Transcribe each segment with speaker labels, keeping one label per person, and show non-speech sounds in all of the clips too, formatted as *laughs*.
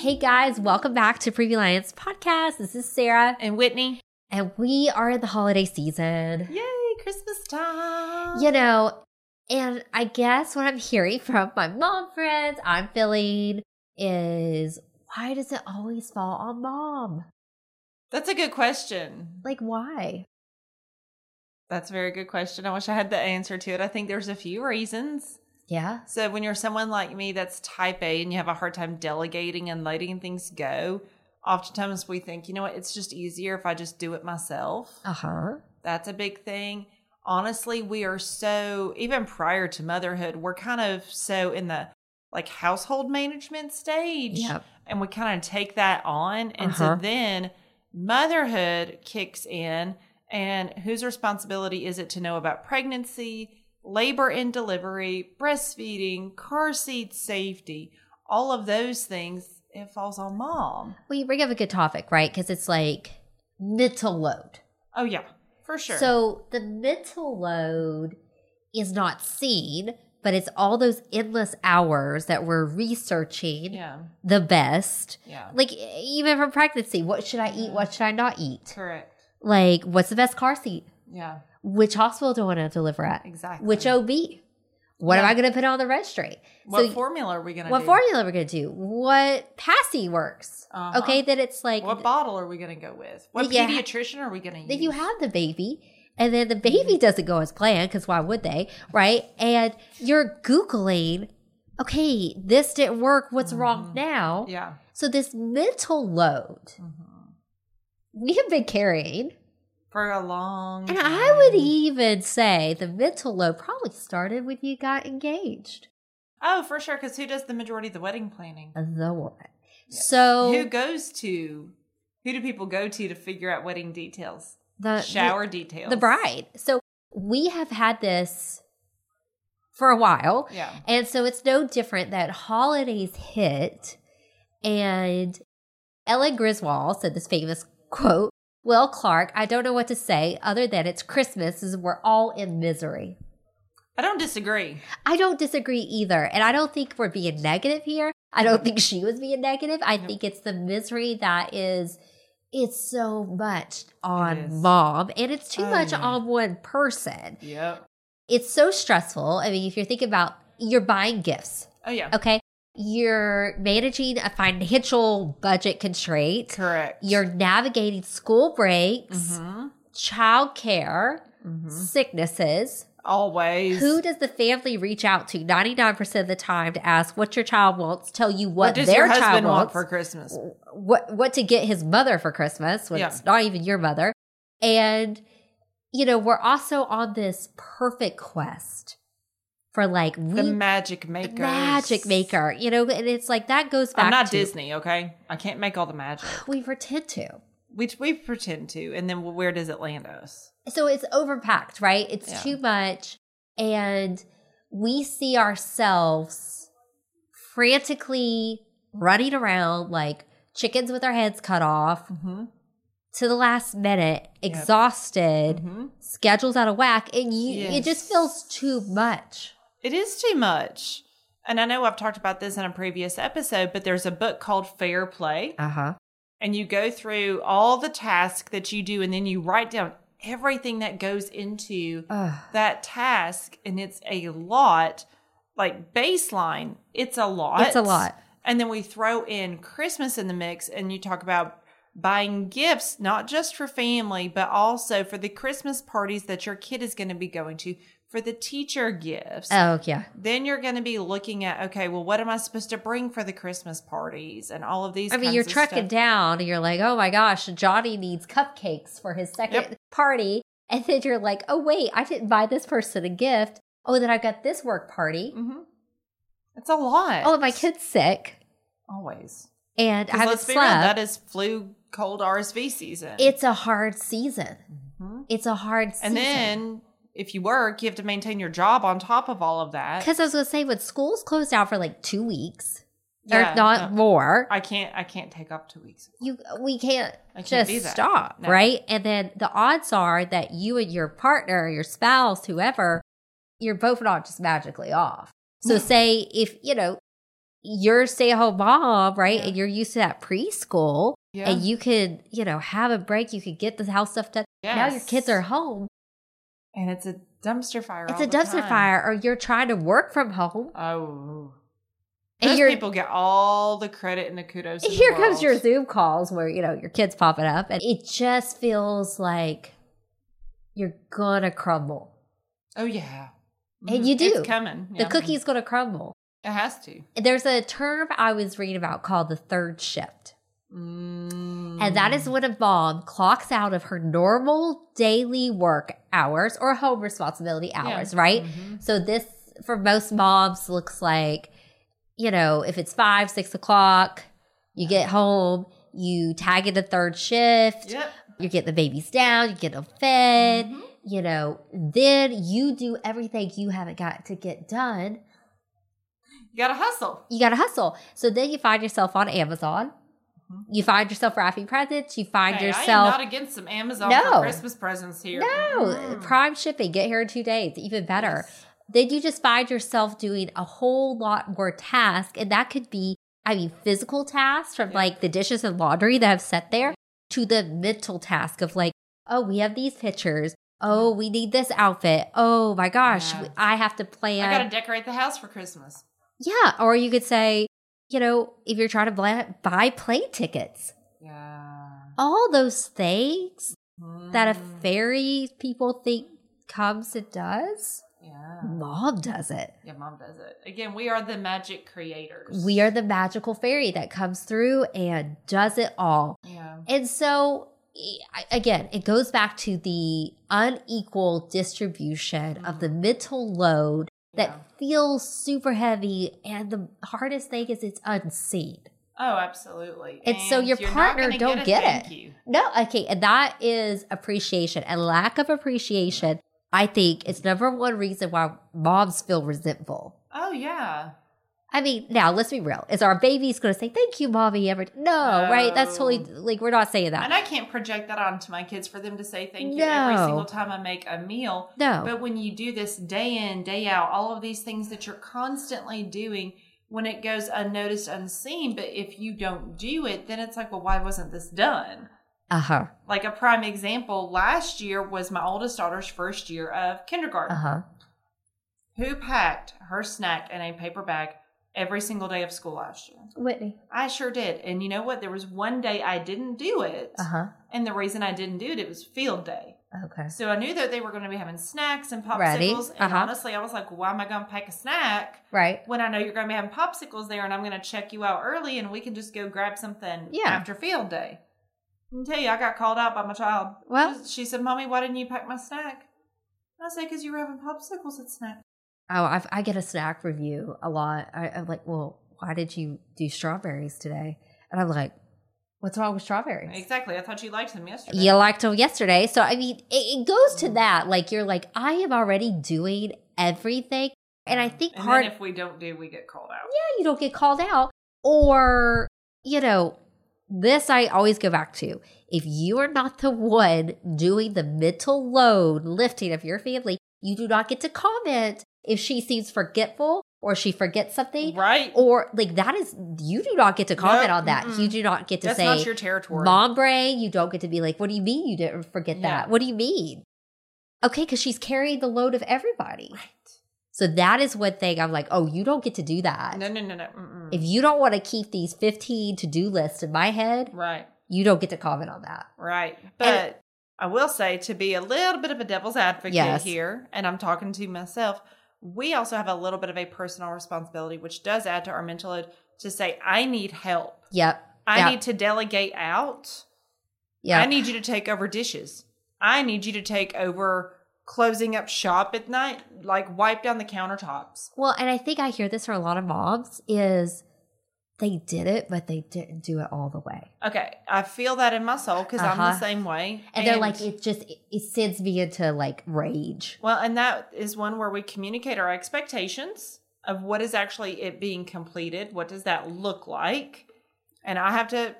Speaker 1: Hey guys, welcome back to Preview Alliance podcast. This is Sarah,
Speaker 2: And Whitney.
Speaker 1: and we are in the holiday season.
Speaker 2: Yay, Christmas time.
Speaker 1: You know, and I guess what I'm hearing from my mom friends, I'm feeling is why does it always fall on mom?
Speaker 2: That's a good question.
Speaker 1: Like, why?
Speaker 2: That's a very good question. I wish I had the answer to it. I think there's a few reasons.
Speaker 1: Yeah.
Speaker 2: So when you're someone like me that's type A and you have a hard time delegating and letting things go, oftentimes we think, you know what, it's just easier if I just do it myself.
Speaker 1: Uh huh.
Speaker 2: That's a big thing. Honestly, we are so even prior to motherhood, we're kind of so in the like household management stage.
Speaker 1: Yep.
Speaker 2: and we kind of take that on. And
Speaker 1: Uh-huh.
Speaker 2: so then motherhood kicks in, and whose responsibility is it to know about pregnancy, labor and delivery, breastfeeding, car seat safety, all of those things? It falls on mom.
Speaker 1: Well, you bring up a good topic, right? Because it's like mental load.
Speaker 2: Oh, yeah, for sure.
Speaker 1: So the mental load is not seen, but it's all those endless hours that we're researching
Speaker 2: yeah,
Speaker 1: the best.
Speaker 2: yeah,
Speaker 1: Like e, even from pregnancy, what should I eat? What should I not eat?
Speaker 2: correct.
Speaker 1: Like what's the best car seat?
Speaker 2: Yeah,
Speaker 1: Which hospital do I want to deliver at?
Speaker 2: exactly.
Speaker 1: Which OB? What am
Speaker 2: Yeah.
Speaker 1: I going to put on the registry?
Speaker 2: what
Speaker 1: so
Speaker 2: formula are we gonna?
Speaker 1: what
Speaker 2: do?
Speaker 1: formula we're going to do? What passy works?
Speaker 2: Uh-huh.
Speaker 1: Okay, that it's like
Speaker 2: what bottle are we gonna go with? What
Speaker 1: Yeah.
Speaker 2: pediatrician are we gonna use?
Speaker 1: that you have the baby and then the
Speaker 2: Mm-hmm.
Speaker 1: baby doesn't go as planned because why would they right and you're googling okay this didn't work what's wrong now
Speaker 2: Mm-hmm. Yeah.
Speaker 1: so this mental load
Speaker 2: Mhm.
Speaker 1: we have been carrying
Speaker 2: For a long.
Speaker 1: and i would
Speaker 2: time.
Speaker 1: even say the mental load probably started when you got engaged
Speaker 2: Oh, for sure. Because who does the majority of the wedding planning?
Speaker 1: the one
Speaker 2: Yes.
Speaker 1: so
Speaker 2: who goes to? Who do people go to to figure out wedding details?
Speaker 1: Uh, the
Speaker 2: Shower details.
Speaker 1: the bride so we have had this for a while
Speaker 2: Yeah.
Speaker 1: And so it's no different that holidays hit and Ellen Griswold said this famous quote, Well, Clark, I don't know what to say other than it's Christmas is we're all in misery.
Speaker 2: I don't disagree.
Speaker 1: I don't disagree either. And I don't think we're being negative here. I don't think she was being negative. I
Speaker 2: Yep.
Speaker 1: think it's the misery that is it's so much
Speaker 2: is.
Speaker 1: on mom and it's too
Speaker 2: Oh,
Speaker 1: much
Speaker 2: yeah.
Speaker 1: on one person.
Speaker 2: Yep.
Speaker 1: It's so stressful. I mean, if you're thinking about you're buying gifts,
Speaker 2: Oh yeah.
Speaker 1: Okay. You're managing a financial budget constraint.
Speaker 2: Correct.
Speaker 1: You're navigating school breaks,
Speaker 2: Mhm.
Speaker 1: childcare,
Speaker 2: Mhm.
Speaker 1: sicknesses.
Speaker 2: always.
Speaker 1: Who does the family reach out to 99% of the time to ask what your child wants, tell you what,
Speaker 2: what does
Speaker 1: their
Speaker 2: your
Speaker 1: child
Speaker 2: husband want
Speaker 1: wants,
Speaker 2: for Christmas?
Speaker 1: what, what to get his mother for Christmas when
Speaker 2: Yeah.
Speaker 1: it's not even your mother? And, you know, we're also on this perfect quest for like,
Speaker 2: The
Speaker 1: we.
Speaker 2: magic maker.
Speaker 1: Magic maker, you know, and it's like that goes back.
Speaker 2: I'm not
Speaker 1: to,
Speaker 2: Disney, okay? I can't make all the magic.
Speaker 1: we pretend to.
Speaker 2: Which we pretend to, and then where does it land us?
Speaker 1: So it's overpacked, right? It's
Speaker 2: Yeah.
Speaker 1: too much. And we see ourselves frantically running around like chickens with our heads cut off
Speaker 2: Mm-hmm.
Speaker 1: to the last minute, exhausted,
Speaker 2: Mm-hmm.
Speaker 1: schedules out of whack. And you, it just
Speaker 2: Yes.
Speaker 1: feels too much.
Speaker 2: It is too much. And I know I've talked about this in a previous episode, but there's a book called Fair Play,
Speaker 1: Uh huh.
Speaker 2: and you go through all the tasks that you do, and then you write down everything that goes into that task. And it's a lot, like baseline, it's a lot.
Speaker 1: It's a lot.
Speaker 2: And then we throw in Christmas in the mix, and you talk about buying gifts, not just for family, but also for the Christmas parties that your kid is going to be going to, for the teacher gifts
Speaker 1: Oh, yeah.
Speaker 2: then you're going to be looking at okay well what am i supposed to bring for the christmas parties and all of these
Speaker 1: I mean, you're
Speaker 2: trucking
Speaker 1: trucking down and you're like, oh my gosh, Johnny needs cupcakes for his second party. And then you're like, oh wait, I didn't buy this person a gift. Oh, then I've got this work party.
Speaker 2: mm-hmm. it's a lot
Speaker 1: Oh, my kid's sick
Speaker 2: always
Speaker 1: and I
Speaker 2: 'Cause
Speaker 1: haven't
Speaker 2: let's be real that
Speaker 1: slept.
Speaker 2: is flu cold rsv season
Speaker 1: It's a hard season.
Speaker 2: Mhm.
Speaker 1: It's a hard season.
Speaker 2: and then if you work you have to maintain your job on top of all of that
Speaker 1: because I was going to say, when school's closed down for like two weeks,
Speaker 2: Yeah,
Speaker 1: or not
Speaker 2: no.
Speaker 1: more,
Speaker 2: i can't i can't take off two weeks
Speaker 1: you we can't
Speaker 2: I can't
Speaker 1: just
Speaker 2: do that.
Speaker 1: stop,
Speaker 2: No.
Speaker 1: right? And then the odds are that you and your partner, your spouse, whoever, you're both not just magically off. So
Speaker 2: No.
Speaker 1: say if you know you're a stay at home mom, right? And you're used to that preschool
Speaker 2: Yeah.
Speaker 1: and you could, you know, have a break. You could get the house stuff done. Now your
Speaker 2: Yes.
Speaker 1: kids are home.
Speaker 2: And it's a dumpster fire.
Speaker 1: It's
Speaker 2: all
Speaker 1: a
Speaker 2: the
Speaker 1: dumpster
Speaker 2: time.
Speaker 1: fire, or you're trying to work from home.
Speaker 2: Oh.
Speaker 1: And
Speaker 2: Those
Speaker 1: you're-
Speaker 2: people get all the credit and the
Speaker 1: *laughs*
Speaker 2: kudos. in the
Speaker 1: Here comes
Speaker 2: world.
Speaker 1: your Zoom calls where, you know, your kids popping up, and it just feels like you're gonna crumble.
Speaker 2: Oh yeah.
Speaker 1: And
Speaker 2: Mhm.
Speaker 1: you do.
Speaker 2: It's coming.
Speaker 1: The cookie's gonna crumble.
Speaker 2: It has to.
Speaker 1: There's a term I was reading about called the third shift.
Speaker 2: Mm.
Speaker 1: And that is when a mom clocks out of her normal daily work hours or home responsibility
Speaker 2: Yeah.
Speaker 1: hours, right?
Speaker 2: Mhm.
Speaker 1: So this for most moms looks like, you know, if it's five, six o'clock, you get home, you tag in a third shift,
Speaker 2: Yep.
Speaker 1: you get the babies down, you get them fed,
Speaker 2: Mhm.
Speaker 1: you know, then you do everything you haven't got to get done.
Speaker 2: You gotta hustle.
Speaker 1: You gotta hustle. So then you find yourself on Amazon.
Speaker 2: Mhm.
Speaker 1: You find yourself wrapping presents. You find
Speaker 2: Hey, I
Speaker 1: yourself
Speaker 2: am not against some Amazon
Speaker 1: No.
Speaker 2: for Christmas presents here.
Speaker 1: No,
Speaker 2: Mhm.
Speaker 1: prime shipping. Get here in two days. Even better.
Speaker 2: Yes.
Speaker 1: Then you just find yourself doing a whole lot more tasks. And that could be, I mean, physical tasks from
Speaker 2: Yeah.
Speaker 1: like the dishes and laundry that I've set there to the mental task of like, oh, we have these pictures. Oh, we need this outfit. Oh my gosh,
Speaker 2: Yeah.
Speaker 1: I have to plan.
Speaker 2: I gotta decorate the house for Christmas.
Speaker 1: yeah. Or you could say, you know, if you're trying to bla- buy plane tickets,
Speaker 2: Yeah.
Speaker 1: all those things that a
Speaker 2: Mm.
Speaker 1: fairy people think comes and does,
Speaker 2: Yeah.
Speaker 1: mom does it.
Speaker 2: Yeah, mom does it. Again, we are the magic creators.
Speaker 1: We are the magical fairy that comes through and does it all.
Speaker 2: Yeah.
Speaker 1: And so, e- again, it goes back to the unequal distribution of the mental load that
Speaker 2: Yeah.
Speaker 1: feels super heavy. And the hardest thing is it's unseen.
Speaker 2: Oh, absolutely.
Speaker 1: And so your
Speaker 2: you're not
Speaker 1: partner
Speaker 2: gonna
Speaker 1: don't
Speaker 2: a
Speaker 1: get
Speaker 2: thank
Speaker 1: it.
Speaker 2: You.
Speaker 1: No, okay. And that is appreciation and lack of appreciation. I think is number one reason why moms feel resentful.
Speaker 2: Oh yeah.
Speaker 1: I mean, now let's be real. Is our baby's going to say "thank you, mommy"? Ever? No, right? That's totally like we're not saying that.
Speaker 2: And I can't project that onto my kids for them to say thank you every
Speaker 1: No.
Speaker 2: single time I make a meal.
Speaker 1: No,
Speaker 2: But when you do this day in, day out, all of these things that you're constantly doing, when it goes unnoticed, unseen, but if you don't do it, then it's like, well, why wasn't this done?
Speaker 1: uh huh,
Speaker 2: Like a prime example last year was my oldest daughter's first year of kindergarten.
Speaker 1: uh huh.
Speaker 2: Who packed her snack in a paper bag every single day of school last year?
Speaker 1: Whitney,
Speaker 2: I sure did. And you know what? There was one day I didn't do it.
Speaker 1: uh huh.
Speaker 2: And the reason I didn't do it, it was field day.
Speaker 1: Okay,
Speaker 2: So I knew that they were going to be having snacks and popsicles.
Speaker 1: Ready.
Speaker 2: And
Speaker 1: Uh-huh.
Speaker 2: honestly, I was like, why am I going to pack a snack
Speaker 1: right?
Speaker 2: when I know you're going to be having popsicles there and I'm going to check you out early and we can just go grab something
Speaker 1: Yeah.
Speaker 2: after field day? I can tell you, I got called out by my child.
Speaker 1: Well-
Speaker 2: she said, Mommy, why didn't you pack my snack? And I said, because you were having popsicles at snack.
Speaker 1: Oh, i I get a snack review a lot. I, I'm like, well, why did you do strawberries today? And I'm like, what's wrong with strawberries?
Speaker 2: Exactly. I thought you liked them yesterday.
Speaker 1: You liked them yesterday, so I mean, it, it goes
Speaker 2: Mm-hmm.
Speaker 1: to that. Like you're like, I am already doing everything, and I think
Speaker 2: And
Speaker 1: part
Speaker 2: then if we don't do, we get called out.
Speaker 1: yeah, you don't get called out. Or, you know, this I always go back to. If you are not the one doing the mental load lifting of your family, you do not get to comment if she seems forgetful or she forgets something.
Speaker 2: Right.
Speaker 1: Or, like, that is, you do not get to comment
Speaker 2: No,
Speaker 1: on that.
Speaker 2: mm-mm.
Speaker 1: You do not get to
Speaker 2: That's
Speaker 1: say,
Speaker 2: not your territory.
Speaker 1: Mom brain, you don't get to be like, what do you mean you didn't forget
Speaker 2: Yeah.
Speaker 1: that? What do you mean? Okay, because she's carrying the load of everybody.
Speaker 2: Right.
Speaker 1: So that is one thing I'm like, oh, you don't get to do that.
Speaker 2: No, no, no, no. Mm-mm.
Speaker 1: If you don't want to keep these 15 to do lists in my head,
Speaker 2: right.
Speaker 1: you don't get to comment on that.
Speaker 2: Right. But I will say to be a little bit of a devil's advocate
Speaker 1: Yes.
Speaker 2: here, and I'm talking to myself, we also have a little bit of a personal responsibility, which does add to our mental load to say, I need help.
Speaker 1: Yep.
Speaker 2: I
Speaker 1: Yeah.
Speaker 2: need to delegate out. I
Speaker 1: Yep.
Speaker 2: need you to take over dishes. I need you to take over closing up shop at night, like wipe down the countertops.
Speaker 1: well, and I think I hear this from a lot of moms is they did it, but they didn't do it all the way.
Speaker 2: Okay. I feel that in my soul because I'm the
Speaker 1: Uh-huh.
Speaker 2: same way.
Speaker 1: And, they're like, it just, it, it sends me into like rage.
Speaker 2: Well, and that is one where we communicate our expectations of what is actually it being completed. What does that look like? And I have to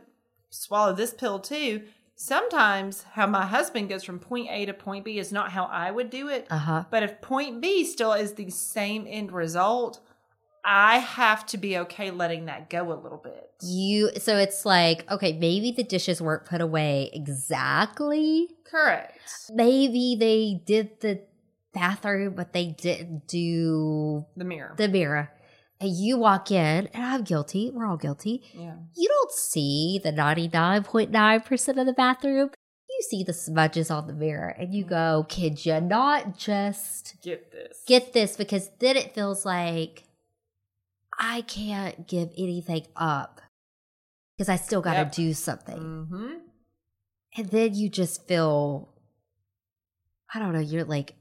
Speaker 2: swallow this pill too. Sometimes how my husband goes from point A to point B is not how I would do it.
Speaker 1: Uh huh.
Speaker 2: But if point B still is the same end result, I have to be okay letting that go a little bit.
Speaker 1: You so it's like, okay, maybe the dishes weren't put away exactly.
Speaker 2: Correct.
Speaker 1: Maybe they did the bathroom, but they didn't do
Speaker 2: The mirror.
Speaker 1: the mirror. And you walk in, and I'm guilty. We're all guilty.
Speaker 2: yeah.
Speaker 1: You don't see the 99.9% of the bathroom. You see the smudges on the mirror, and
Speaker 2: Mm-hmm.
Speaker 1: you go, could you not just
Speaker 2: Get this.
Speaker 1: get this because then it feels like I can't give anything up because I still got to
Speaker 2: Yep.
Speaker 1: do something.
Speaker 2: Mm-hmm.
Speaker 1: And then you just feel, I don't know, you're like,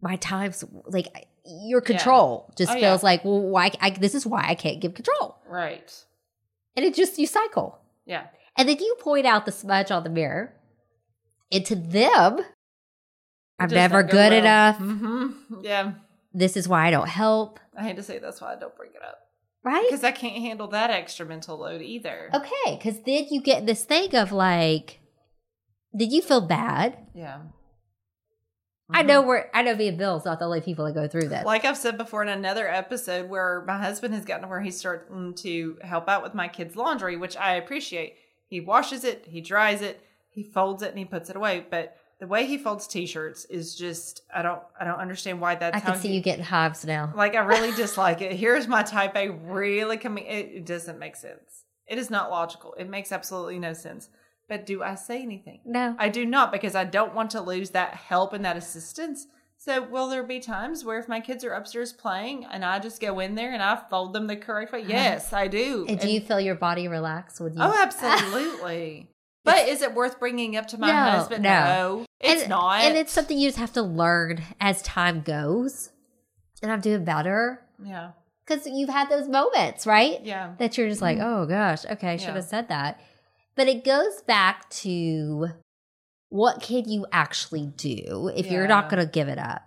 Speaker 1: my time's like I- your
Speaker 2: Yeah.
Speaker 1: control just
Speaker 2: Oh, yeah.
Speaker 1: feels like, well, why? I, this is why I can't give control.
Speaker 2: Right.
Speaker 1: And it just, you cycle.
Speaker 2: Yeah.
Speaker 1: And then you point out the smudge on the mirror. And to them, I'm never good enough.
Speaker 2: Mm-hmm. Yeah.
Speaker 1: This is why I don't help.
Speaker 2: I hate to say that's why I don't bring it up.
Speaker 1: Right?
Speaker 2: Because I can't handle that extra mental load either.
Speaker 1: Okay, because then you get this thing of like, did you feel bad?
Speaker 2: Yeah.
Speaker 1: I
Speaker 2: Mhm.
Speaker 1: know we're, I know me and Bill's not the only people that go through this.
Speaker 2: Like I've said before in another episode, where my husband has gotten to where he's starting to help out with my kids' laundry, which I appreciate. He washes it, he dries it, he folds it, and he puts it away. But the way he folds t-shirts is just I don't I don't understand why that's
Speaker 1: I
Speaker 2: how
Speaker 1: can see
Speaker 2: he-
Speaker 1: you getting hives now.
Speaker 2: like I really dislike it. Here's my type A really coming. It, it doesn't make sense. It is not logical. It makes absolutely no sense. But do I say anything?
Speaker 1: No.
Speaker 2: I do not because I don't want to lose that help and that assistance. So, will there be times where if my kids are upstairs playing and I just go in there and I fold them the correct way? Yes, I do.
Speaker 1: Uh-huh. And do you feel your body relax when you?
Speaker 2: *laughs* oh, absolutely. but is it worth bringing up to my
Speaker 1: No,
Speaker 2: husband?
Speaker 1: no.
Speaker 2: it's
Speaker 1: and,
Speaker 2: not.
Speaker 1: And it's something you just have to learn as time goes. And I'm doing better
Speaker 2: yeah,
Speaker 1: because you've had those moments, right?
Speaker 2: yeah,
Speaker 1: that you're just like, oh gosh, okay, I should
Speaker 2: Mm-hmm. Yeah.
Speaker 1: have said that. But it goes back to what can you actually do if you're
Speaker 2: Yeah.
Speaker 1: not going to give it up?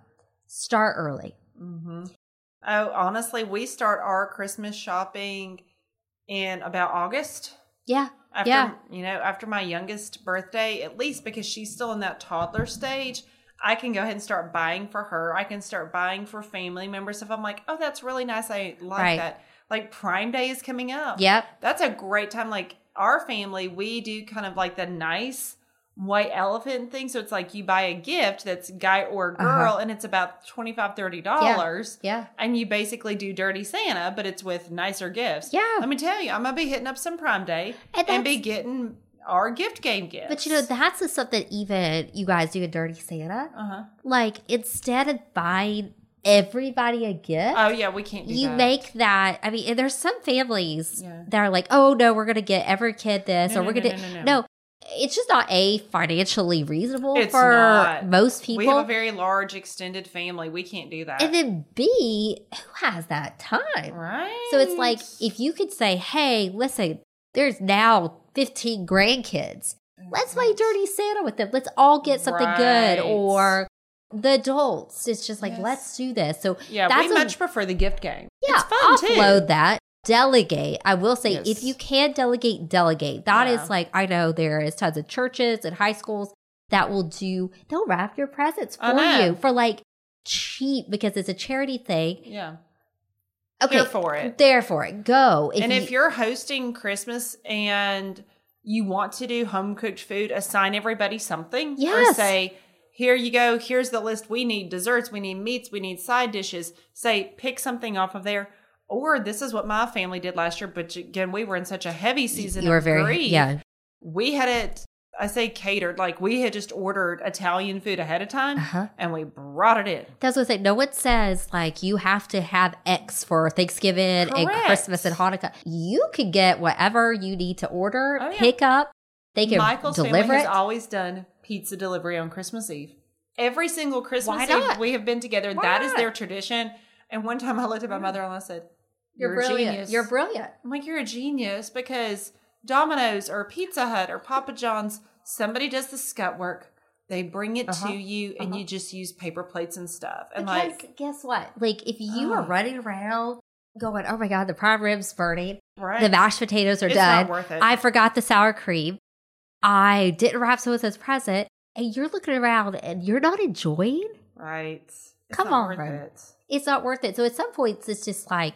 Speaker 1: Start early.
Speaker 2: hmm Oh, honestly, we start our Christmas shopping in about August.
Speaker 1: Yeah.
Speaker 2: after
Speaker 1: Yeah.
Speaker 2: you know after my youngest birthday at least because she's still in that toddler stage i can go ahead and start buying for her i can start buying for family members if i'm like oh that's really nice i like
Speaker 1: Right.
Speaker 2: that like prime day is coming up
Speaker 1: Yep.
Speaker 2: that's a great time like our family we do kind of like the nice white elephant thing so it's like you buy a gift that's guy or girl and it's about 25 30 dollars
Speaker 1: Uh-huh. Yeah.
Speaker 2: and you basically do dirty santa but it's with nicer gifts
Speaker 1: Yeah.
Speaker 2: let me tell you, I'm gonna be hitting up some Prime Day
Speaker 1: And
Speaker 2: and,
Speaker 1: that's-
Speaker 2: be getting our gift game gifts.
Speaker 1: But you know, that's just something even you guys do in Dirty Santa.
Speaker 2: uh huh.
Speaker 1: Like, instead of buying everybody a gift,
Speaker 2: Oh yeah, we can't do
Speaker 1: you
Speaker 2: that.
Speaker 1: make that. I mean, and there's some families
Speaker 2: Yeah.
Speaker 1: that are like, oh no, we're going to get every kid this
Speaker 2: No,
Speaker 1: or
Speaker 2: no,
Speaker 1: we're
Speaker 2: no,
Speaker 1: going to.
Speaker 2: no, no, no.
Speaker 1: no, it's just not a financially reasonable
Speaker 2: It's
Speaker 1: for
Speaker 2: not.
Speaker 1: most people.
Speaker 2: We have a very large extended family. We can't do that.
Speaker 1: and then B, who has that time?
Speaker 2: right.
Speaker 1: So it's like if you could say, "Hey, listen, there's now 15 grandkids. Let's play Dirty Santa with them. Let's all get something
Speaker 2: Right.
Speaker 1: good." Or the adults, it's just like,
Speaker 2: Yes.
Speaker 1: "Let's do this." So
Speaker 2: yeah,
Speaker 1: that's
Speaker 2: we
Speaker 1: a-
Speaker 2: much prefer the gift game.
Speaker 1: yeah,
Speaker 2: it's fun
Speaker 1: offload
Speaker 2: too.
Speaker 1: that. Delegate. I will say,
Speaker 2: Yes.
Speaker 1: if you can delegate, delegate. That is
Speaker 2: Yeah.
Speaker 1: like I know there is tons of churches and high schools that will do. They'll wrap your presents
Speaker 2: I
Speaker 1: for
Speaker 2: know.
Speaker 1: you for like cheap because it's a charity thing.
Speaker 2: Yeah,
Speaker 1: Okay,
Speaker 2: here for it.
Speaker 1: there for it. Go.
Speaker 2: and
Speaker 1: you-
Speaker 2: if you're hosting Christmas and you want to do home cooked food, assign everybody something. Or
Speaker 1: Yes.
Speaker 2: say, here you go. Here's the list. We need desserts. We need meats. We need side dishes. Say, pick something off of there. Or this is what my family did last year. But again, we were in such a heavy season.
Speaker 1: you are
Speaker 2: of
Speaker 1: very
Speaker 2: grief.
Speaker 1: yeah.
Speaker 2: We had it. I say catered. Like we had just ordered Italian food ahead of time,
Speaker 1: Uh-huh.
Speaker 2: and we brought it in.
Speaker 1: That's what I say. No one says like you have to have X for Thanksgiving and
Speaker 2: Correct.
Speaker 1: Christmas and Hanukkah. You can get whatever you need to order,
Speaker 2: Oh, yeah.
Speaker 1: pick up. They can
Speaker 2: Michael's
Speaker 1: deliver
Speaker 2: family has
Speaker 1: it.
Speaker 2: always done pizza delivery on Christmas Eve. Every single Christmas
Speaker 1: Why
Speaker 2: Eve
Speaker 1: not?
Speaker 2: we have been together.
Speaker 1: Why
Speaker 2: That is
Speaker 1: not?
Speaker 2: their tradition. And one time I looked at my mother in law and I said,
Speaker 1: You're,
Speaker 2: You're, a
Speaker 1: brilliant.
Speaker 2: genius.
Speaker 1: You're brilliant.
Speaker 2: I'm like, You're a genius because Domino's or Pizza Hut or Papa John's, somebody does the scut work. They bring it
Speaker 1: Uh-huh.
Speaker 2: to you and
Speaker 1: Uh-huh.
Speaker 2: you just use paper plates and stuff. And
Speaker 1: Because
Speaker 2: like,
Speaker 1: guess what? Like if you
Speaker 2: *gasps*
Speaker 1: are
Speaker 2: Ugh.
Speaker 1: running around going, "Oh my god, the prime ribs burning,
Speaker 2: right.
Speaker 1: the mashed potatoes are
Speaker 2: it's
Speaker 1: done,
Speaker 2: not worth it.
Speaker 1: I forgot the sour cream, I didn't wrap so and so's present," and you're looking around and you're not enjoying,
Speaker 2: right. It's
Speaker 1: Come
Speaker 2: not
Speaker 1: on,
Speaker 2: worth
Speaker 1: Ren.
Speaker 2: it.
Speaker 1: it's not worth it. So at some points, it's just like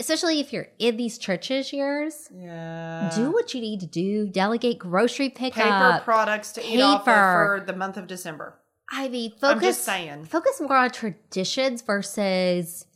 Speaker 1: especially if you're in these churches years,
Speaker 2: Yeah.
Speaker 1: do what you need to do. Delegate grocery
Speaker 2: paper
Speaker 1: pickup.
Speaker 2: products to eat off of
Speaker 1: Paper.
Speaker 2: for the month of December.
Speaker 1: I mean,
Speaker 2: I'm just
Speaker 1: focus
Speaker 2: saying.
Speaker 1: focus more on traditions versus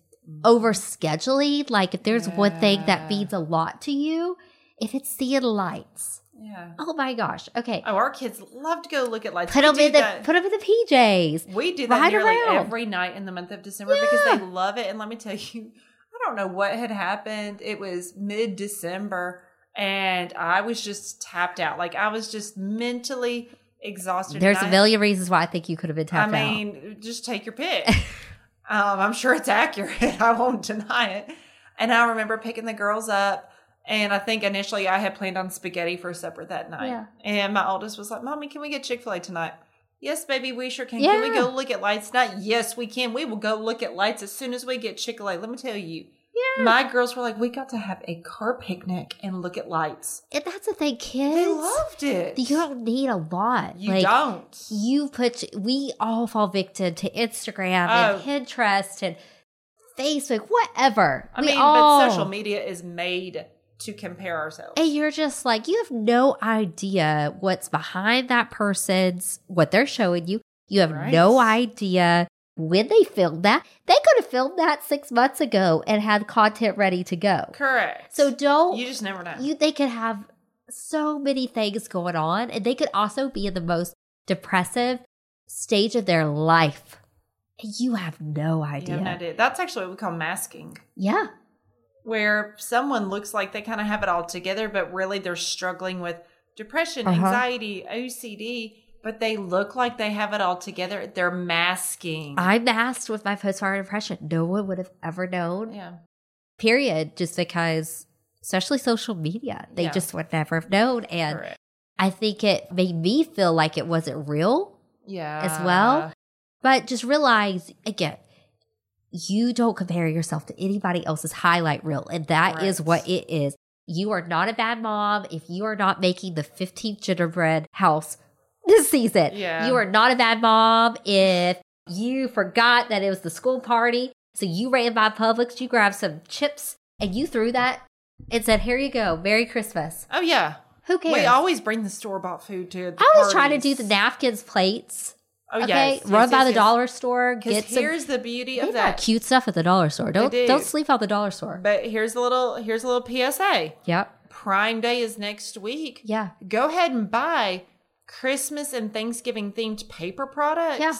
Speaker 1: over scheduling. Like if there's one thing that
Speaker 2: Yeah.
Speaker 1: means a lot to you, if it's seeing lights.
Speaker 2: Yeah.
Speaker 1: Oh my gosh. Okay.
Speaker 2: Oh, our kids love to go look at lights.
Speaker 1: Put
Speaker 2: We
Speaker 1: them
Speaker 2: do
Speaker 1: in the
Speaker 2: that-
Speaker 1: put them in the PJs.
Speaker 2: We do that
Speaker 1: Ride
Speaker 2: nearly
Speaker 1: around.
Speaker 2: every night in the month of December because they love it. And let me tell you, *laughs* I don't know what had happened. It was mid December and I was just tapped out. Like I was just mentally exhausted.
Speaker 1: There's
Speaker 2: and
Speaker 1: a
Speaker 2: I-
Speaker 1: million reasons why I think you could have been
Speaker 2: I
Speaker 1: tapped out.
Speaker 2: mean, just take your pick. *laughs* um, I'm sure it's accurate. *laughs* I won't deny it. And I remember picking the girls up. And I think initially I had planned on spaghetti for supper that night.
Speaker 1: Yeah.
Speaker 2: And my oldest was like, Mommy, can we get Chick fil A tonight? Yes, baby, we sure can. Can we
Speaker 1: Yeah.
Speaker 2: go look at lights tonight? Yes, we can. We will go look at lights as soon as we get Chick fil A. Let me tell you.
Speaker 1: Yeah.
Speaker 2: My girls were like, We got to have a car picnic and look at lights.
Speaker 1: And that's the thing,
Speaker 2: They
Speaker 1: kids.
Speaker 2: loved it.
Speaker 1: You don't need a lot.
Speaker 2: You
Speaker 1: like,
Speaker 2: don't.
Speaker 1: You put, we all fall victim to Instagram and
Speaker 2: Oh.
Speaker 1: Pinterest and Facebook, whatever.
Speaker 2: I
Speaker 1: We
Speaker 2: mean,
Speaker 1: all-
Speaker 2: but social media is made to compare ourselves.
Speaker 1: And you're just like, you have no idea what's behind that person's, what they're showing you. You have
Speaker 2: Right.
Speaker 1: no idea when they filmed that. They could have filmed that six months ago and had content ready to go.
Speaker 2: Correct.
Speaker 1: So don't
Speaker 2: you just never know.
Speaker 1: you they could have so many things going on and they could also be in the most depressive stage of their life and you have no
Speaker 2: You
Speaker 1: idea
Speaker 2: have no idea. That's actually what we call masking,
Speaker 1: yeah
Speaker 2: where someone looks like they kind of have it all together, but really they're struggling with depression,
Speaker 1: Uh-huh.
Speaker 2: anxiety, OCD, but they look like they have it all together. They're masking.
Speaker 1: i masked with my postpartum depression no one would have ever known
Speaker 2: yeah.
Speaker 1: period just because especially social media they
Speaker 2: Yeah.
Speaker 1: just would never have known and
Speaker 2: Correct.
Speaker 1: i think it made me feel like it wasn't real
Speaker 2: Yeah.
Speaker 1: as well. But just realize again, you don't compare yourself to anybody else's highlight reel. And that is
Speaker 2: Right.
Speaker 1: what it is. You are not a bad mom if you are not making the 15th gingerbread house *laughs* this season.
Speaker 2: Yeah.
Speaker 1: You are not a bad mom if you forgot that it was the school party. So you ran by Publix, you grabbed some chips, and you threw that and said, Here you go. Merry Christmas.
Speaker 2: Oh, yeah.
Speaker 1: Who cares?
Speaker 2: We always bring the store bought food to. The
Speaker 1: I always try to do
Speaker 2: parties.
Speaker 1: the napkins, plates.
Speaker 2: Oh,
Speaker 1: Okay,
Speaker 2: yes.
Speaker 1: run
Speaker 2: yes,
Speaker 1: by
Speaker 2: yes,
Speaker 1: the
Speaker 2: yes.
Speaker 1: dollar store,
Speaker 2: 'Cause
Speaker 1: get some.
Speaker 2: here's the beauty
Speaker 1: They got
Speaker 2: of that.
Speaker 1: cute stuff at the dollar store. Don't
Speaker 2: do.
Speaker 1: don't sleep out the dollar store.
Speaker 2: But here's a little here's a little PSA.
Speaker 1: Yep.
Speaker 2: Prime Day is next week.
Speaker 1: Yeah.
Speaker 2: Go ahead and buy Christmas and Thanksgiving themed paper products.
Speaker 1: Yeah.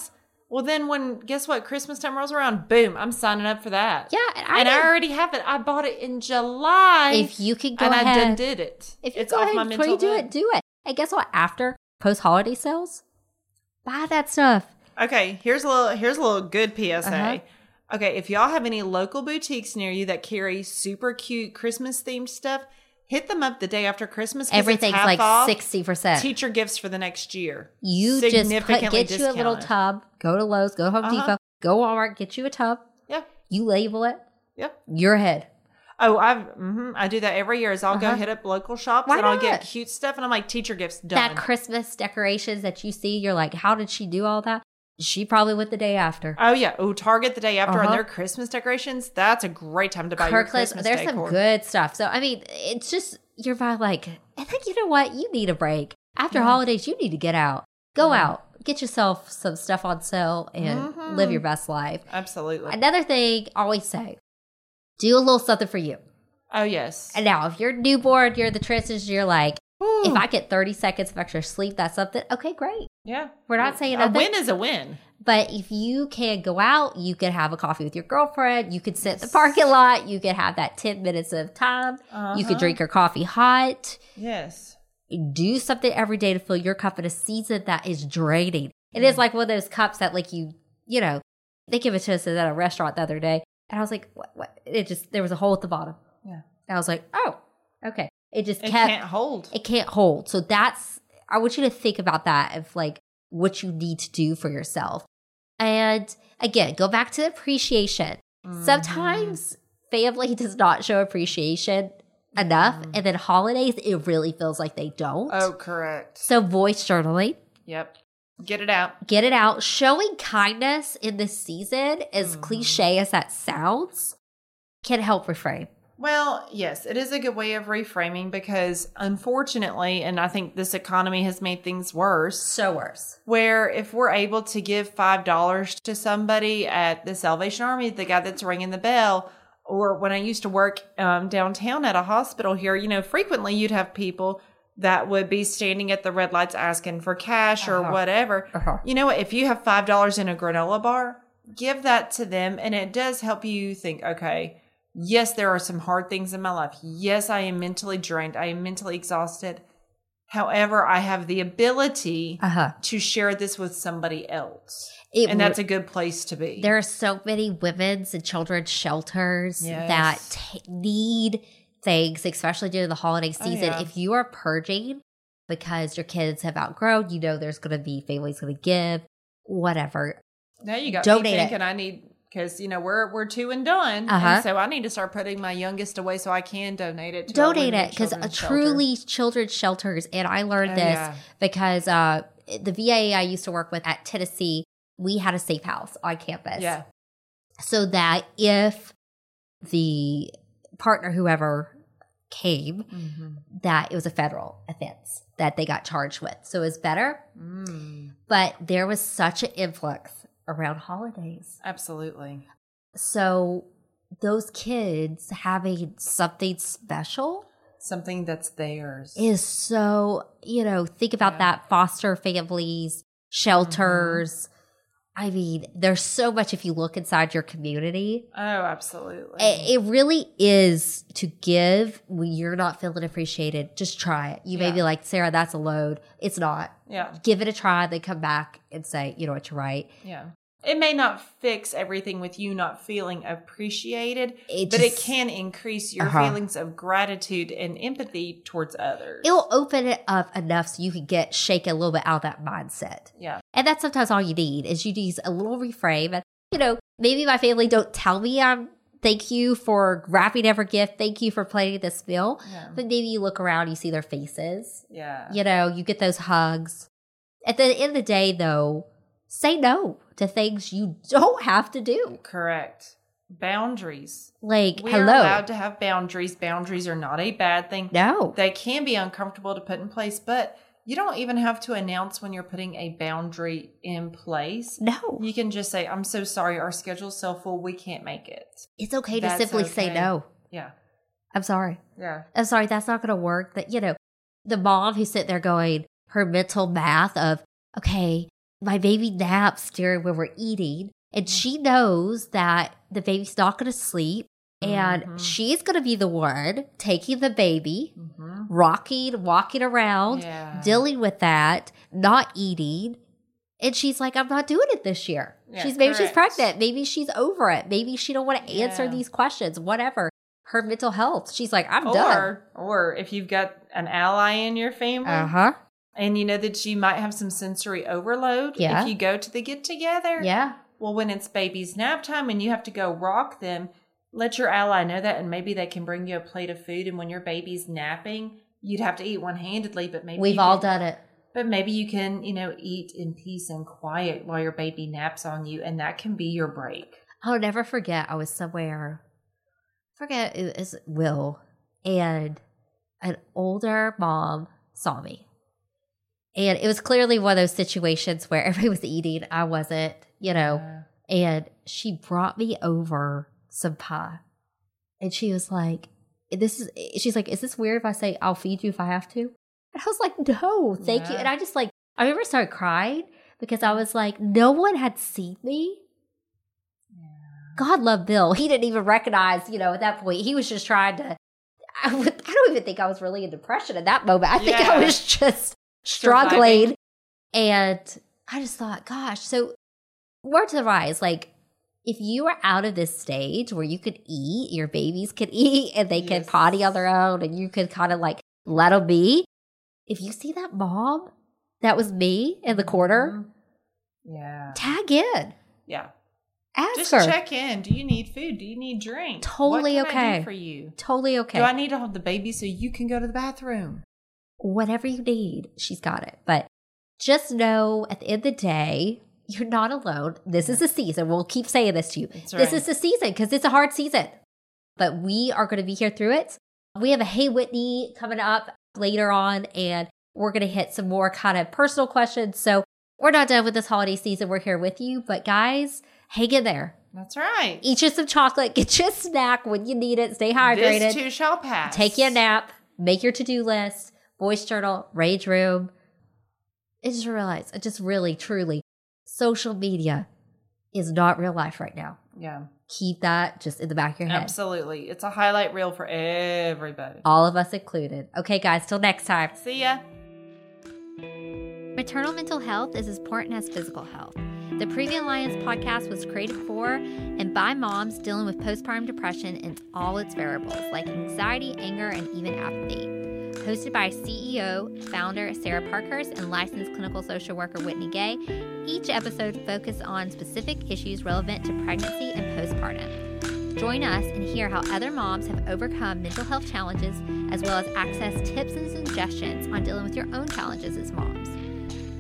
Speaker 2: Well, then when guess what? Christmas time rolls around. Boom! I'm signing up for that.
Speaker 1: Yeah. And I,
Speaker 2: and I
Speaker 1: know
Speaker 2: already have it. I bought it in July,
Speaker 1: if you can go
Speaker 2: and I done
Speaker 1: ahead,
Speaker 2: did it.
Speaker 1: if you
Speaker 2: it's
Speaker 1: go
Speaker 2: off
Speaker 1: ahead
Speaker 2: my
Speaker 1: and before
Speaker 2: mental.
Speaker 1: you do
Speaker 2: load.
Speaker 1: it, do it. And guess what? After post holiday sales, buy that stuff.
Speaker 2: Okay, here's a little here's a little good PSA.
Speaker 1: Uh-huh.
Speaker 2: Okay, if y'all have any local boutiques near you that carry super cute Christmas themed stuff, hit them up the day after Christmas. 'cause it's
Speaker 1: Everything's
Speaker 2: half
Speaker 1: like
Speaker 2: off.
Speaker 1: sixty percent.
Speaker 2: teacher gifts for the next year.
Speaker 1: You just put,
Speaker 2: significantly
Speaker 1: get you a little
Speaker 2: discounted.
Speaker 1: tub. Go to Lowe's. Go to Home
Speaker 2: Uh-huh.
Speaker 1: Depot. Go Walmart. Get you a tub.
Speaker 2: Yeah.
Speaker 1: You label it.
Speaker 2: Yep.
Speaker 1: Your head.
Speaker 2: Oh, I've hmm I do that every year. Is I'll
Speaker 1: Uh-huh.
Speaker 2: go hit up local shops
Speaker 1: Why
Speaker 2: and I'll
Speaker 1: not?
Speaker 2: get cute stuff, and I'm like, teacher gifts done.
Speaker 1: That Christmas decorations that you see, you're like, how did she do all that? She probably went the day after.
Speaker 2: oh yeah. Oh, Target the day after
Speaker 1: Uh-huh.
Speaker 2: on their Christmas decorations. That's a great time to buy your
Speaker 1: Kirkland.
Speaker 2: Christmas
Speaker 1: There's
Speaker 2: decor.
Speaker 1: some good stuff. So I mean, it's just you're by like I think you know what you need a break after
Speaker 2: Yeah.
Speaker 1: holidays. You need to get out, go
Speaker 2: Yeah.
Speaker 1: out, get yourself some stuff on sale, and live
Speaker 2: Mhm.
Speaker 1: your best life.
Speaker 2: Absolutely.
Speaker 1: Another thing, I always say, do a little something for you.
Speaker 2: oh yes.
Speaker 1: And now, if you're newborn, you're in the transition, you're like, if
Speaker 2: Ooh,
Speaker 1: I get 30 seconds of extra sleep, that's something. Okay, great.
Speaker 2: yeah,
Speaker 1: We're not saying
Speaker 2: a
Speaker 1: nothing.
Speaker 2: win is a win.
Speaker 1: But if you can go out, you could have a coffee with your girlfriend. You could sit in the parking lot. You could have that 10 minutes of time. You
Speaker 2: Uh-huh.
Speaker 1: could drink your coffee hot.
Speaker 2: Yes.
Speaker 1: Do something every day to fill your cup in a season that is draining. It is like one of those cups that, like, you, you know, they give it to us at a restaurant the other day. And I was like, what? what? It just, there was a hole at the bottom.
Speaker 2: Yeah.
Speaker 1: And I was like, oh, okay. It just
Speaker 2: It
Speaker 1: kept,
Speaker 2: can't hold.
Speaker 1: it can't hold. So that's I want you to think about that of like what you need to do for yourself. And again, go back to appreciation.
Speaker 2: Mm-hmm.
Speaker 1: Sometimes family *laughs* does not show appreciation enough, and then holidays it really feels like they don't.
Speaker 2: Oh, correct.
Speaker 1: So voice journaling,
Speaker 2: Yep. Get it out.
Speaker 1: get it out. Showing kindness in this season, as
Speaker 2: Mhm.
Speaker 1: cliche as that sounds, can help reframe.
Speaker 2: Well, yes, it is a good way of reframing because unfortunately, and I think this economy has made things worse,
Speaker 1: So worse.
Speaker 2: where if we're able to give $5 to somebody at the Salvation Army, the guy that's ringing the bell, or when I used to work um, downtown at a hospital here, you know, frequently you'd have people that would be standing at the red lights asking for cash or
Speaker 1: Uh-huh.
Speaker 2: whatever.
Speaker 1: Uh-huh.
Speaker 2: You know, what? if you have five dollars in a granola bar, give that to them, and it does help you think. Okay, yes, there are some hard things in my life. Yes, I am mentally drained. I am mentally exhausted. However, I have the ability
Speaker 1: Uh-huh.
Speaker 2: to share this with somebody else,
Speaker 1: It
Speaker 2: and that's a good place to be.
Speaker 1: there are so many women's and children's shelters
Speaker 2: Yes.
Speaker 1: that t- need things, especially during the holiday
Speaker 2: Oh,
Speaker 1: season.
Speaker 2: yeah.
Speaker 1: If you are purging because your kids have outgrown, you know there's going to be families going to give, whatever.
Speaker 2: now you got me
Speaker 1: Donate it.
Speaker 2: thinking. I need because you know we're we're two and done,
Speaker 1: Uh-huh.
Speaker 2: and so I need to start putting my youngest away so I can donate it. to a
Speaker 1: Donate
Speaker 2: women and
Speaker 1: it because
Speaker 2: children's shelter.
Speaker 1: truly children's shelters, and I learned
Speaker 2: Oh,
Speaker 1: this
Speaker 2: yeah.
Speaker 1: because uh, the VA I used to work with at Tennessee, we had a safe house on campus.
Speaker 2: yeah,
Speaker 1: so that if the partner, whoever came,
Speaker 2: Mhm.
Speaker 1: that it was a federal offense that they got charged with. So it was better,
Speaker 2: Mm,
Speaker 1: but there was such an influx around holidays.
Speaker 2: absolutely.
Speaker 1: So those kids having something special
Speaker 2: something that's theirs.
Speaker 1: is so, you know, think about
Speaker 2: Yeah.
Speaker 1: that foster families, shelters. I mean, there's so much if you look inside your community.
Speaker 2: oh, absolutely.
Speaker 1: Eh, It, it really is to give when you're not feeling appreciated. Just try it. You may
Speaker 2: Yeah.
Speaker 1: be like, Sarah, that's a load. It's not.
Speaker 2: yeah,
Speaker 1: Give it a try. Then come back and say, you know what, you're right.
Speaker 2: yeah. It may not fix everything with you not feeling appreciated,
Speaker 1: It
Speaker 2: but it
Speaker 1: just-
Speaker 2: can increase your
Speaker 1: Uh-huh.
Speaker 2: feelings of gratitude and empathy towards others.
Speaker 1: It'll open it up enough so you can get shaken a little bit out of that mindset.
Speaker 2: yeah,
Speaker 1: And that's sometimes all you need is you need a little reframe. And, you know, maybe my family don't tell me I'm thank you for wrapping every gift. Thank you for planning this meal.
Speaker 2: yeah,
Speaker 1: But maybe you look around, you see their faces
Speaker 2: yeah.
Speaker 1: you know, you get those hugs. At the end of the day, though, say no to things you don't have to do.
Speaker 2: Correct. Boundaries.
Speaker 1: Like,
Speaker 2: We are
Speaker 1: hello.
Speaker 2: allowed to have boundaries. Boundaries are not a bad thing.
Speaker 1: No.
Speaker 2: They can be uncomfortable to put in place, but you don't even have to announce when you're putting a boundary in place.
Speaker 1: No.
Speaker 2: You can just say, I'm so sorry, our schedule's so full, we can't make it.
Speaker 1: It's okay to
Speaker 2: That's
Speaker 1: simply say
Speaker 2: okay.
Speaker 1: no.
Speaker 2: Yeah.
Speaker 1: I'm sorry.
Speaker 2: Yeah.
Speaker 1: I'm sorry. That's not going to work. That, you know, the mom who's sitting there going, her mental math of, okay, my baby naps during when we're eating.
Speaker 2: Mm-hmm.
Speaker 1: And she knows that the baby's not going to sleep. And
Speaker 2: Mhm.
Speaker 1: she's going to be the one taking the baby,
Speaker 2: Mm-hmm.
Speaker 1: rocking, walking around.
Speaker 2: Yeah.
Speaker 1: dealing with that, not eating. And she's like, I'm not doing it this year.
Speaker 2: Yeah,
Speaker 1: she's maybe she's
Speaker 2: correct.
Speaker 1: pregnant. Maybe she's over it. Maybe she don't want to answer
Speaker 2: Yeah.
Speaker 1: these questions. Whatever. Her mental health. She's like, I'm done.
Speaker 2: or, or if you've got an ally in your family
Speaker 1: Uh huh.
Speaker 2: and you know that you might have some sensory overload
Speaker 1: Yeah.
Speaker 2: if you go to the get together,
Speaker 1: Yeah.
Speaker 2: well, when it's baby's nap time and you have to go rock them, let your ally know that and maybe they can bring you a plate of food. And when your baby's napping, you'd have to eat one handedly, but maybe
Speaker 1: We've
Speaker 2: you
Speaker 1: all
Speaker 2: can-
Speaker 1: done it.
Speaker 2: But maybe you can, you know, eat in peace and quiet while your baby naps on you, and that can be your break.
Speaker 1: I'll never forget. I was somewhere. Forget it was Will, and an older mom saw me, and it was clearly one of those situations where *laughs* everybody was eating. I wasn't. You know. and she brought me over some pie and she was like this is she's like is this weird if i say i'll feed you if i have to and i was like no thank you
Speaker 2: Yeah.
Speaker 1: and i just like i remember started crying because i was like no one had seen me god love bill he didn't even recognize you know at that point he was just trying to i, would, I don't even think i was really in depression at that moment i think i
Speaker 2: Yeah.
Speaker 1: was just
Speaker 2: Surviving.
Speaker 1: struggling and i just thought gosh so word to the rise like if you are out of this stage where you could eat, your babies could *laughs* eat and they can
Speaker 2: Yes.
Speaker 1: potty on their own and you could kind of like let them be. If you see that mom that was me in the corner,
Speaker 2: Mhm. Yeah.
Speaker 1: tag in.
Speaker 2: Yeah.
Speaker 1: Ask
Speaker 2: Mm-hmm. Just
Speaker 1: her.
Speaker 2: check in. Do you need food? Do you need drink?
Speaker 1: Totally
Speaker 2: what can I do
Speaker 1: okay.
Speaker 2: for you.
Speaker 1: Totally okay.
Speaker 2: Do I need to hold the baby so you can go to the bathroom?
Speaker 1: Whatever you need, she's got it. But just know at the end of the day, you're not alone. This is the season. We'll keep saying this to you.
Speaker 2: That's
Speaker 1: This
Speaker 2: right.
Speaker 1: is the season because it's a hard season. but we are going to be here through it. We have a Hey Whitney coming up later on, and we're going to hit some more kind of personal questions. So we're not done with this holiday season. We're here with you, but guys, hang in there.
Speaker 2: That's right.
Speaker 1: Eat you some chocolate, *laughs* get you a snack when you need it, stay hydrated,
Speaker 2: This too shall pass.
Speaker 1: take you a nap, make your to do list, voice journal, rage room. I just realized, I just really, truly, social media is not real life right now.
Speaker 2: Yeah,
Speaker 1: Keep that just in the back of your head.
Speaker 2: absolutely. It's a highlight reel for everybody.
Speaker 1: all of us included. Okay, guys, till next time.
Speaker 2: See ya.
Speaker 1: Maternal mental health is as important as physical health. The Preview Alliance podcast was created for and by moms dealing with postpartum depression and all its variables, like anxiety, anger, and even apathy. Hosted by CEO, founder Sarah Parkhurst, and licensed clinical social worker Whitney Gay, each episode focused on specific issues relevant to pregnancy and postpartum. Join us and hear how other moms have overcome mental health challenges, as well as access tips and suggestions on dealing with your own challenges as moms.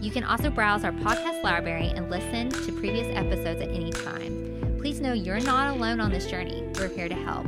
Speaker 1: You can also browse our podcast library and listen to previous episodes at any time. Please know you're not alone on this journey. We're here to help.